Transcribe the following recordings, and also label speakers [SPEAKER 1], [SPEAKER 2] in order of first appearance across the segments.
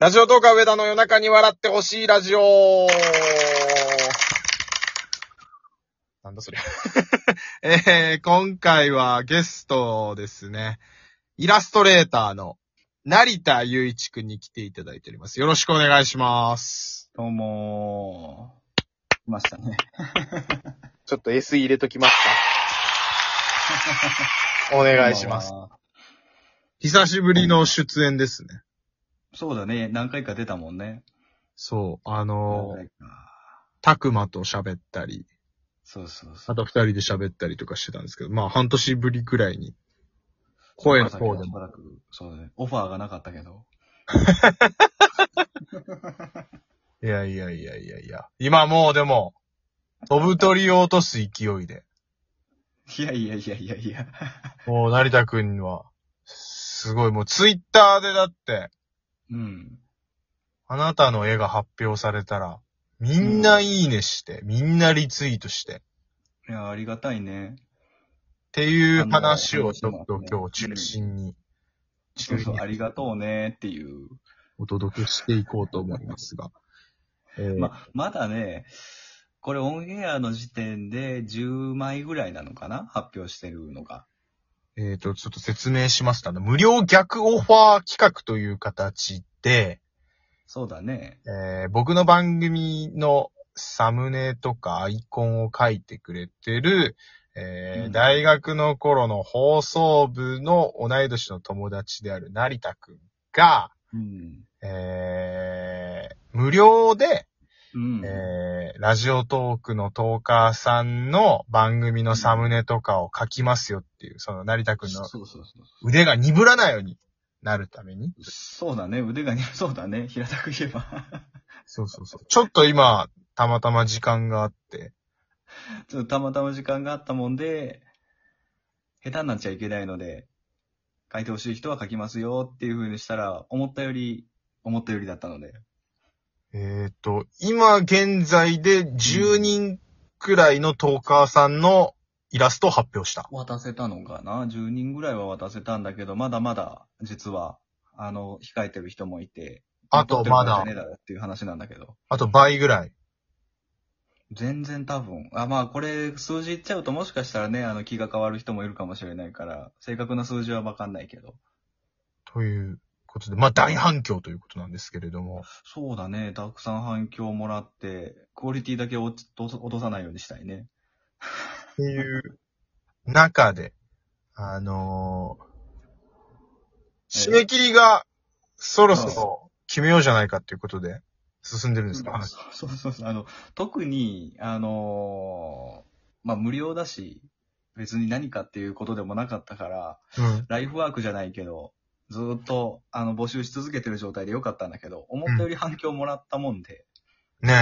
[SPEAKER 1] ラジオ動画上田の夜中に笑ってほしいラジオなんだそりゃ。
[SPEAKER 2] えー、今回はゲストですね。イラストレーターの成田雄一くんに来ていただいております。よろしくお願いします。
[SPEAKER 3] どうもー。いましたね。
[SPEAKER 1] ちょっと S 入れときます か。お願いします。
[SPEAKER 3] こんばんは。
[SPEAKER 2] 久しぶりの出演ですね。
[SPEAKER 3] そうだね。何回か出たもんね。
[SPEAKER 2] そう、あの
[SPEAKER 3] 何
[SPEAKER 2] ー、
[SPEAKER 3] 回か
[SPEAKER 2] たくまと喋ったり、
[SPEAKER 3] そうそうそ
[SPEAKER 2] あ
[SPEAKER 3] う。
[SPEAKER 2] と二人で喋ったりとかしてたんですけど、まあ半年ぶりくらいに、声の
[SPEAKER 3] まさか
[SPEAKER 2] 方で
[SPEAKER 3] し
[SPEAKER 2] も。
[SPEAKER 3] ばらくそうだね。オファーがなかったけど。
[SPEAKER 2] いやいやいやいやいや。今もうでも、飛ぶ鳥を落とす勢いで、
[SPEAKER 3] いやいやいやいやいや。
[SPEAKER 2] もう成田くんは、すごいもうツイッターでだって、
[SPEAKER 3] うん。
[SPEAKER 2] あなたの絵が発表されたら、みんないいねして、みんなリツイートして、っ
[SPEAKER 3] いや、ありがたいね。
[SPEAKER 2] ていう
[SPEAKER 3] あの
[SPEAKER 2] 話をちょっと
[SPEAKER 3] 話し
[SPEAKER 2] 今
[SPEAKER 3] ま
[SPEAKER 2] 日
[SPEAKER 3] すね
[SPEAKER 2] 中心に、
[SPEAKER 3] そうそう、ありが
[SPEAKER 2] う。
[SPEAKER 3] とうねっていう。
[SPEAKER 2] お届けしていこうと思いますが。えー
[SPEAKER 3] ま、まだね、これオンエアの時点で10枚ぐらいなのかな発表してるのが。
[SPEAKER 2] えっ、と、ちょっと説明しますと、あの、無料逆オファー企画という形で、
[SPEAKER 3] そうだね。
[SPEAKER 2] えー僕の番組のサムネとかアイコンを書いてくれてる、えー
[SPEAKER 3] うん
[SPEAKER 2] 大学の頃の放送部の同い年の友達である成田くんが、
[SPEAKER 3] うん。
[SPEAKER 2] えー無料で、
[SPEAKER 3] うん。
[SPEAKER 2] えーラジオトークのトーカーさんの番組のサムネとかを書きますよっていう、その成田くん
[SPEAKER 3] そ
[SPEAKER 2] の
[SPEAKER 3] うそうそうそう。
[SPEAKER 2] 腕が鈍らないようになるために。
[SPEAKER 3] そうだね、 腕が似合うそうだね、平たく言えば。
[SPEAKER 2] そうそうそう。ちょっと今、たまたま時間があって、
[SPEAKER 3] ちょっとたまたま時間があったもんで、下手になっちゃいけないので、書いてほしい人は書きますよっていう風にしたら、思ったより、思ったよりだったので。
[SPEAKER 2] えっ、と、今現在で10人くらいのトーカーさんのイラストを発表した。
[SPEAKER 3] 渡せたのかな ?10 人ぐらいは渡せたんだけど、まだまだ、実は、あの、控えてる人もいて、
[SPEAKER 2] あとま
[SPEAKER 3] 撮
[SPEAKER 2] だ
[SPEAKER 3] って、る場合じゃねえだろっていう話なんだけど。
[SPEAKER 2] あと倍ぐらい。
[SPEAKER 3] 全然多分。あ、まあこれ、数字言っちゃうともしかしたらね、あの、気が変わる人もいるかもしれないから、正確な数字はわかんないけど。
[SPEAKER 2] ということで、まあ大反響ということなんですけれども。
[SPEAKER 3] そうだね。たくさん反響をもらって、クオリティだけ落ち落と落とさないようにしたいね。
[SPEAKER 2] っていう中で、あのー締め切りがそろそろ決めようじゃないかということで進んでるんですか、話
[SPEAKER 3] そうそうそう。あの、特に、あのーまあ、無料だし、別に何かっていうことでもなかったから、
[SPEAKER 2] うん。
[SPEAKER 3] ライフワークじゃないけど、ずーっと、あの、募集し続けてる状態でよかったんだけど、思ったより反響もらったもんで、
[SPEAKER 2] ね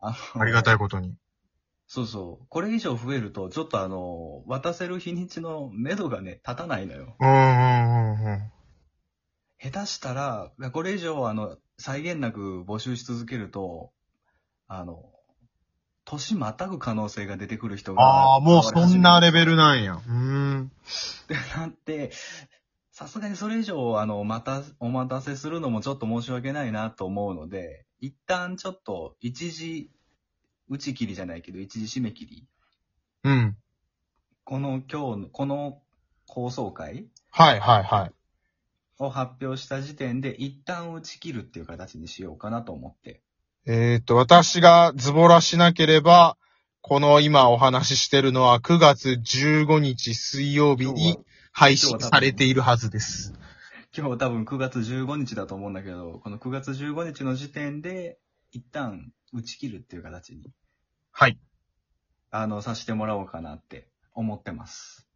[SPEAKER 3] あ
[SPEAKER 2] え、
[SPEAKER 3] の
[SPEAKER 2] ありがたいことに。
[SPEAKER 3] そうそう。これ以上増えると、ちょっとあの、渡せる日にちの目処がね、立たないのよ。
[SPEAKER 2] うんうんうんうん。
[SPEAKER 3] 下手したら、いやこれ以上、あの、際限なく募集し続けると、あの、年またぐ可能性が出てくる人が。
[SPEAKER 2] ああ、もうそんなレベ
[SPEAKER 3] ル。
[SPEAKER 2] ルなんや。うーん。
[SPEAKER 3] なんて、さすがにそれ以上、あの、また、お待たせするのもちょっと申し訳ないなと思うので、一旦ちょっと、一時、打ち切りじゃないけど、一時締め切り。
[SPEAKER 2] うん。
[SPEAKER 3] この今日の、この放送会
[SPEAKER 2] はいはいはい。
[SPEAKER 3] を発表した時点で、一旦打ち切るっていう形にしようかなと思って。
[SPEAKER 2] えっ、と、私がズボラしなければ、この今お話ししてるのは9月15日水曜日
[SPEAKER 3] 今日は
[SPEAKER 2] に配信されているはずです。
[SPEAKER 3] 今日多分9月15日だと思うんだけど、この9月15日の時点で、一旦打ち切るっていう形に、
[SPEAKER 2] はい。
[SPEAKER 3] あの、させてもらおうかなって思ってます。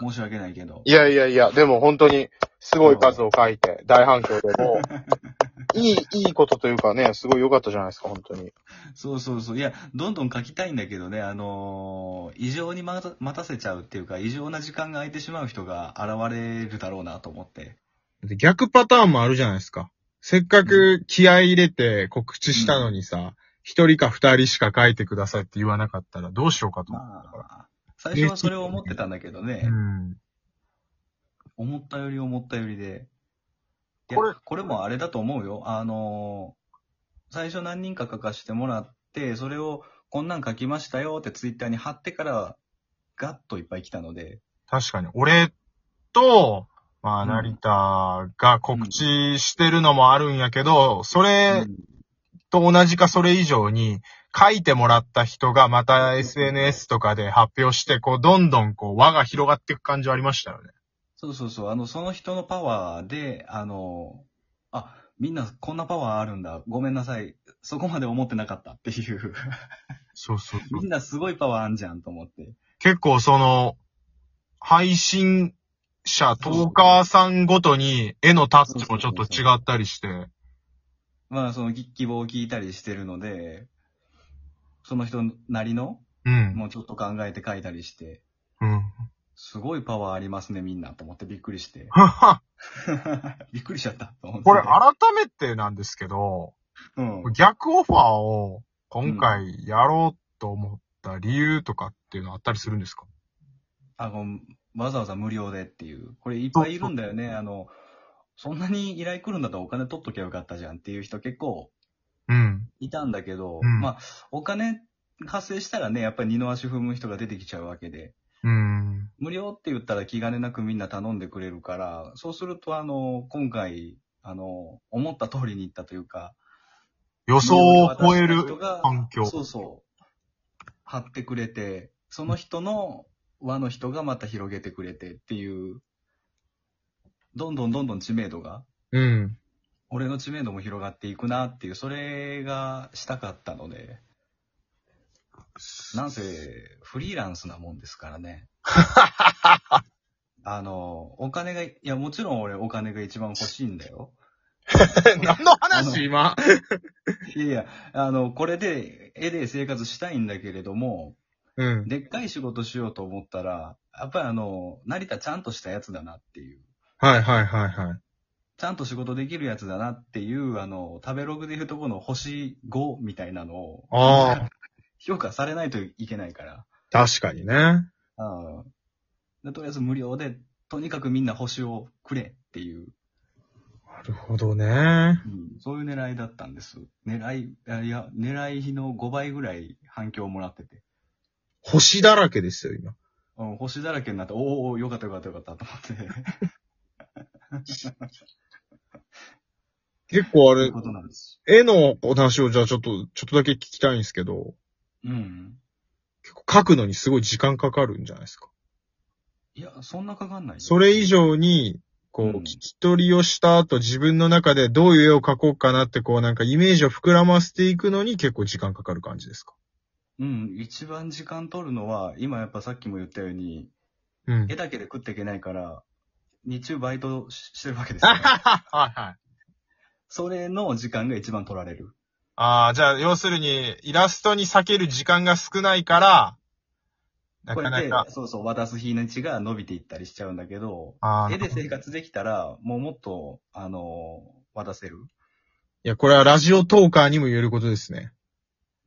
[SPEAKER 3] 申し訳ないけど。
[SPEAKER 1] いやいやいや、でも本当に、すごい数を書いて、大反響でも う、いい、いいことというかね、すごい良かったじゃないですか、本当に。
[SPEAKER 3] そうそうそう。いや、どんどん書きたいんだけどね、あのー異常に待た待たせちゃうっていうか、異常な時間が空いてしまう人が現れるだろうなと思って。
[SPEAKER 2] で逆パターンもあるじゃないですか。せっかく気合い入れて告知したのにさ、一、人か二人しか書いてくださいって言わなかったらどうしようかと思ったから。
[SPEAKER 3] まあ、最初はそれを思ってたんだけどね、
[SPEAKER 2] うん。
[SPEAKER 3] 思ったより思ったよりで、いや
[SPEAKER 2] これ
[SPEAKER 3] これもあれだと思うよ。あのー最初何人か書かしてもらって、それをこんなん書きましたよってツイッターに貼ってから、ガッといっぱい来たので、
[SPEAKER 2] 確かに。俺と、ま
[SPEAKER 3] う
[SPEAKER 2] あ、
[SPEAKER 3] ん
[SPEAKER 2] 成田が告知してるのもあるんやけど、それ
[SPEAKER 3] うん
[SPEAKER 2] と同じかそれ以上に、書いてもらった人がまた SNS とかで発表して、こう、どんどんこう、輪が広がっていく感じはありましたよね。
[SPEAKER 3] そうそうそう、あの、その人のパワーで、あのーあ、みんなこんなパワーあるんだ。ごめんなさい。そこまで思ってなかったっ ていう。
[SPEAKER 2] そうそうそう
[SPEAKER 3] みんなすごいパワーあんじゃんと思って。
[SPEAKER 2] 結構その、配信者、トーカーさんごとに絵のタッチもちょっと違ったりして、
[SPEAKER 3] まあ、その希望を聞いたりしてるので、その人なりの、
[SPEAKER 2] うん。
[SPEAKER 3] もうちょっと考えて書いたりして、
[SPEAKER 2] うん。
[SPEAKER 3] すごいパワーありますね、みんな、と思ってびっくりして。 びっくりしちゃった、と思って。
[SPEAKER 2] これ改めてなんですけど、
[SPEAKER 3] うん。
[SPEAKER 2] 逆オファーを今回やろうと思った理由とかっていうのはあったりするんですか
[SPEAKER 3] あの、わざわざ無料でっていう。これいっぱいいるんだよね。あの、そんなに依頼来るんだったらお金取っときゃよかったじゃんっていう人結構
[SPEAKER 2] うん。
[SPEAKER 3] いたんだけど、
[SPEAKER 2] うん
[SPEAKER 3] まあ、お金発生したらね、やっぱり二の足踏む人が出てきちゃうわけで、
[SPEAKER 2] うん。
[SPEAKER 3] 無料って言ったら気兼ねなくみんな頼んでくれるから、そうするとあの、今回、あの、思った通りにいったというか、
[SPEAKER 2] 予想を超える
[SPEAKER 3] 人が
[SPEAKER 2] 環境。
[SPEAKER 3] そうそう。貼ってくれて、その人の輪の人がまた広げてくれてっていう、どんどんどんどん知名度が、
[SPEAKER 2] うん。
[SPEAKER 3] 俺の知名度も広がっていくなっていう、それがしたかったので、なんせフリーランスなもんですか らね。あの、お金が、いやもちろん俺お金が一番欲しいんだよ。
[SPEAKER 2] 何の話今
[SPEAKER 3] いやいや、あの、これで絵で生活したいんだけれども、
[SPEAKER 2] うん。
[SPEAKER 3] でっかい仕事しようと思ったら、やっぱりあの、成田ちゃんとしたやつだなっていう、
[SPEAKER 2] はいはいはいはい。
[SPEAKER 3] ちゃんと仕事できるやつだなっていう、あの、食べログでいうとこの星5みたいなのを
[SPEAKER 2] ああ、
[SPEAKER 3] 評価されないといけないから、
[SPEAKER 2] 確かにね。
[SPEAKER 3] あでとりあえず無料で、とにかくみんな星をくれっていう、
[SPEAKER 2] なるほどね。
[SPEAKER 3] うん、そういう狙いだったんです。狙い、あいや、狙いの5倍ぐらい反響をもらってて、
[SPEAKER 2] 星だらけですよ、今。
[SPEAKER 3] うん、星だらけになって、おーおー、よかったよかったよかったと思って、
[SPEAKER 2] 結構あ
[SPEAKER 3] そうい
[SPEAKER 2] れ
[SPEAKER 3] う、ことなんです。
[SPEAKER 2] 絵のお話をじゃあちょっと、ちょっとだけ聞きたいんですけど、
[SPEAKER 3] うん。
[SPEAKER 2] 結構書くのにすごい時間かかるんじゃないですか。
[SPEAKER 3] いや、そんなかかんないよ。
[SPEAKER 2] それ以上に、こう、
[SPEAKER 3] うん
[SPEAKER 2] 聞き取りをした後自分の中でどういう絵を描こうかなって、こうなんかイメージを膨らませていくのに結構時間かかる感じですか。
[SPEAKER 3] うん、一番時間取るのは、今やっぱさっきも言ったように、
[SPEAKER 2] うん。
[SPEAKER 3] 絵だけで食っていけないから、日中バイトししてるわけです
[SPEAKER 2] あ
[SPEAKER 3] よ、
[SPEAKER 2] はははいはい。
[SPEAKER 3] それの時間が一番取られる。
[SPEAKER 2] ああ、じゃあ要するに、イラストに避ける時間が少ないから、な
[SPEAKER 3] こ
[SPEAKER 2] か
[SPEAKER 3] れ
[SPEAKER 2] な
[SPEAKER 3] で
[SPEAKER 2] か、。
[SPEAKER 3] そうそう、渡す日にちが伸びていったりしちゃうんだけど、
[SPEAKER 2] あー
[SPEAKER 3] 絵で生活できたら、もうもっと、あのー渡せる。
[SPEAKER 2] いや、これはラジオトーカーにも言えることですね。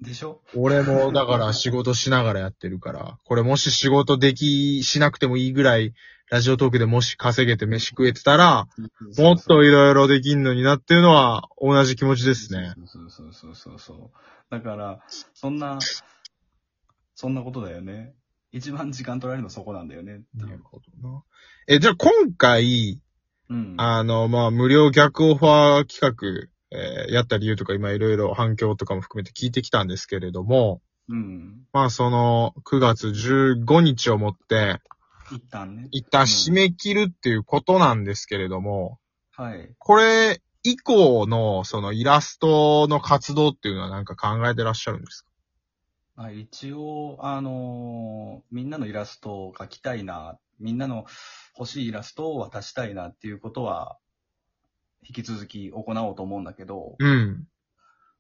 [SPEAKER 3] でしょ
[SPEAKER 2] 俺も、だから仕事しながらやってるから、これもし仕事でき、しなくてもいいぐらい、ラジオトークでもし稼げて飯食えてたら、もっといろいろできんのになっていうのは、同じ気持ちですね。
[SPEAKER 3] そうそうそうそうそう。だから、そんな、そんなことだよね。一番時間取られるのそこなんだよねっていう。
[SPEAKER 2] ほどな。え、じゃあ今回、
[SPEAKER 3] うん。
[SPEAKER 2] あの、まあ、無料逆オファー企画、えーやった理由とか今いろいろ反響とかも含めて聞いてきたんですけれども、
[SPEAKER 3] うん。
[SPEAKER 2] まあ、その、9月15日をもって、
[SPEAKER 3] 一旦ね。
[SPEAKER 2] 一旦締め切るっていうことなんですけれども、
[SPEAKER 3] はい。
[SPEAKER 2] これ以降のそのイラストの活動っていうのはなんか考えてらっしゃるんですか
[SPEAKER 3] まあ、一応、あのーみんなのイラストを描きたいな、みんなの欲しいイラストを渡したいなっていうことは、引き続き行おうと思うんだけど、
[SPEAKER 2] うん。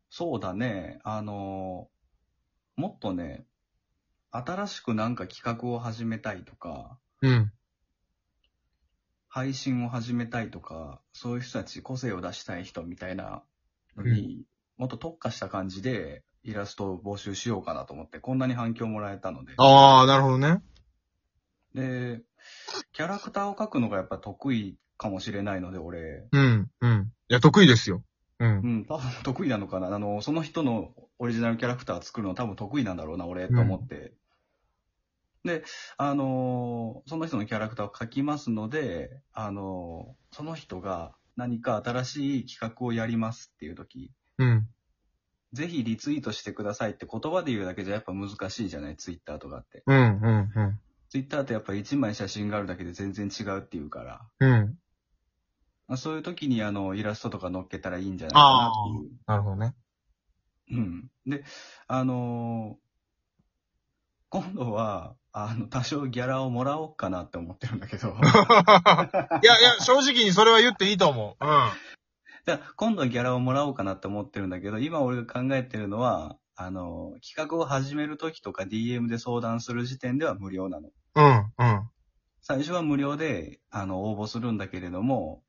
[SPEAKER 3] そうだね、あのーもっとね、新しくなんか企画を始めたいとか、
[SPEAKER 2] うん。
[SPEAKER 3] 配信を始めたいとか、そういう人たち個性を出したい人みたいなのに、もっと特化した感じでイラストを募集しようかなと思って、こんなに反響もらえたので。
[SPEAKER 2] ああ、なるほどね。
[SPEAKER 3] で、キャラクターを描くのがやっぱ得意かもしれないので、俺。
[SPEAKER 2] うん、うん。いや、得意ですよ。うん
[SPEAKER 3] う。ん、多分 得意なのかな。あの、その人のオリジナルキャラクター作るの多分得意なんだろうな、俺、と思って。で、あのーその人のキャラクターを描きますので、あのーその人が何か新しい企画をやりますっていう時、
[SPEAKER 2] うん。
[SPEAKER 3] ぜひリツイートしてくださいって言葉で言うだけじゃやっぱ難しいじゃない、ツイッターとかって。
[SPEAKER 2] うん、うん、
[SPEAKER 3] ツイッターってやっぱ1枚写真があるだけで全然違うっていうから。
[SPEAKER 2] うん。うん。
[SPEAKER 3] まあそういう時にあの、イラストとか載っけたらいいんじゃないかなっていう。
[SPEAKER 2] なるほど ね。
[SPEAKER 3] うん。で、あのー今度は、あの、多少ギャラをもらおうかなって思ってるんだけど、
[SPEAKER 2] いやいや、正直にそれは言っていいと思う。うん。
[SPEAKER 3] だから今度はギャラをもらおうかなって思ってるんだけど、今俺が考えてるのは、あのー企画を始める時とか DM で相談する時点では無料なの。
[SPEAKER 2] うん、うん。
[SPEAKER 3] 最初は無料で、あの、応募するんだけれども、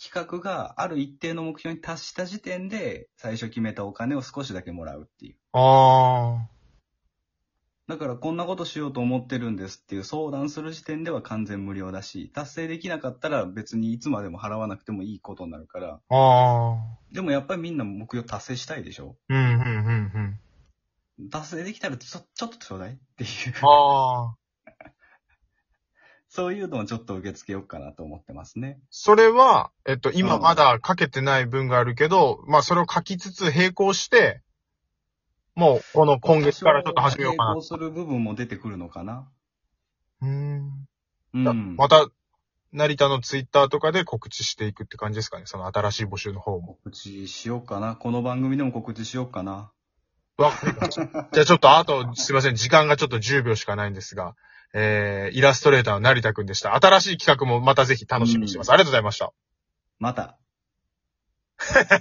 [SPEAKER 3] 企画がある一定の目標に達した時点で、最初決めたお金を少しだけもらうっていう。
[SPEAKER 2] あ
[SPEAKER 3] だからこんなことしようと思ってるんですっていう相談する時点では完全無料だし、達成できなかったら別にいつまでも払わなくてもいいことになるから、
[SPEAKER 2] あ、ああ。
[SPEAKER 3] でもやっぱりみんな目標達成したいでしょ
[SPEAKER 2] うん、うん、うん、うん。
[SPEAKER 3] 達成できたらちょちょっとちょうだいっていう、
[SPEAKER 2] ああ。
[SPEAKER 3] そういうのをちょっと受け付けようかなと思ってますね。
[SPEAKER 2] それは、えっと、今
[SPEAKER 3] うん
[SPEAKER 2] まだ書けてない分があるけど、まあそれを書きつつ並行して、もうこの今月からちょっと始めようかな
[SPEAKER 3] 多。少並行する部分も出てくるのかな
[SPEAKER 2] うーん。
[SPEAKER 3] うん。
[SPEAKER 2] また、成田のツイッターとかで告知していくって感じですかね。その新しい募集の方も。
[SPEAKER 3] 告知しようかな。この番組でも告知しようかな。
[SPEAKER 2] わ じゃあちょっとあと、すいません。時間がちょっと10秒しかないんですが、えー、イラストレーターの成田くんでした。新しい企画もまたぜひ楽しみにしてます。ありがとうございました。
[SPEAKER 3] また。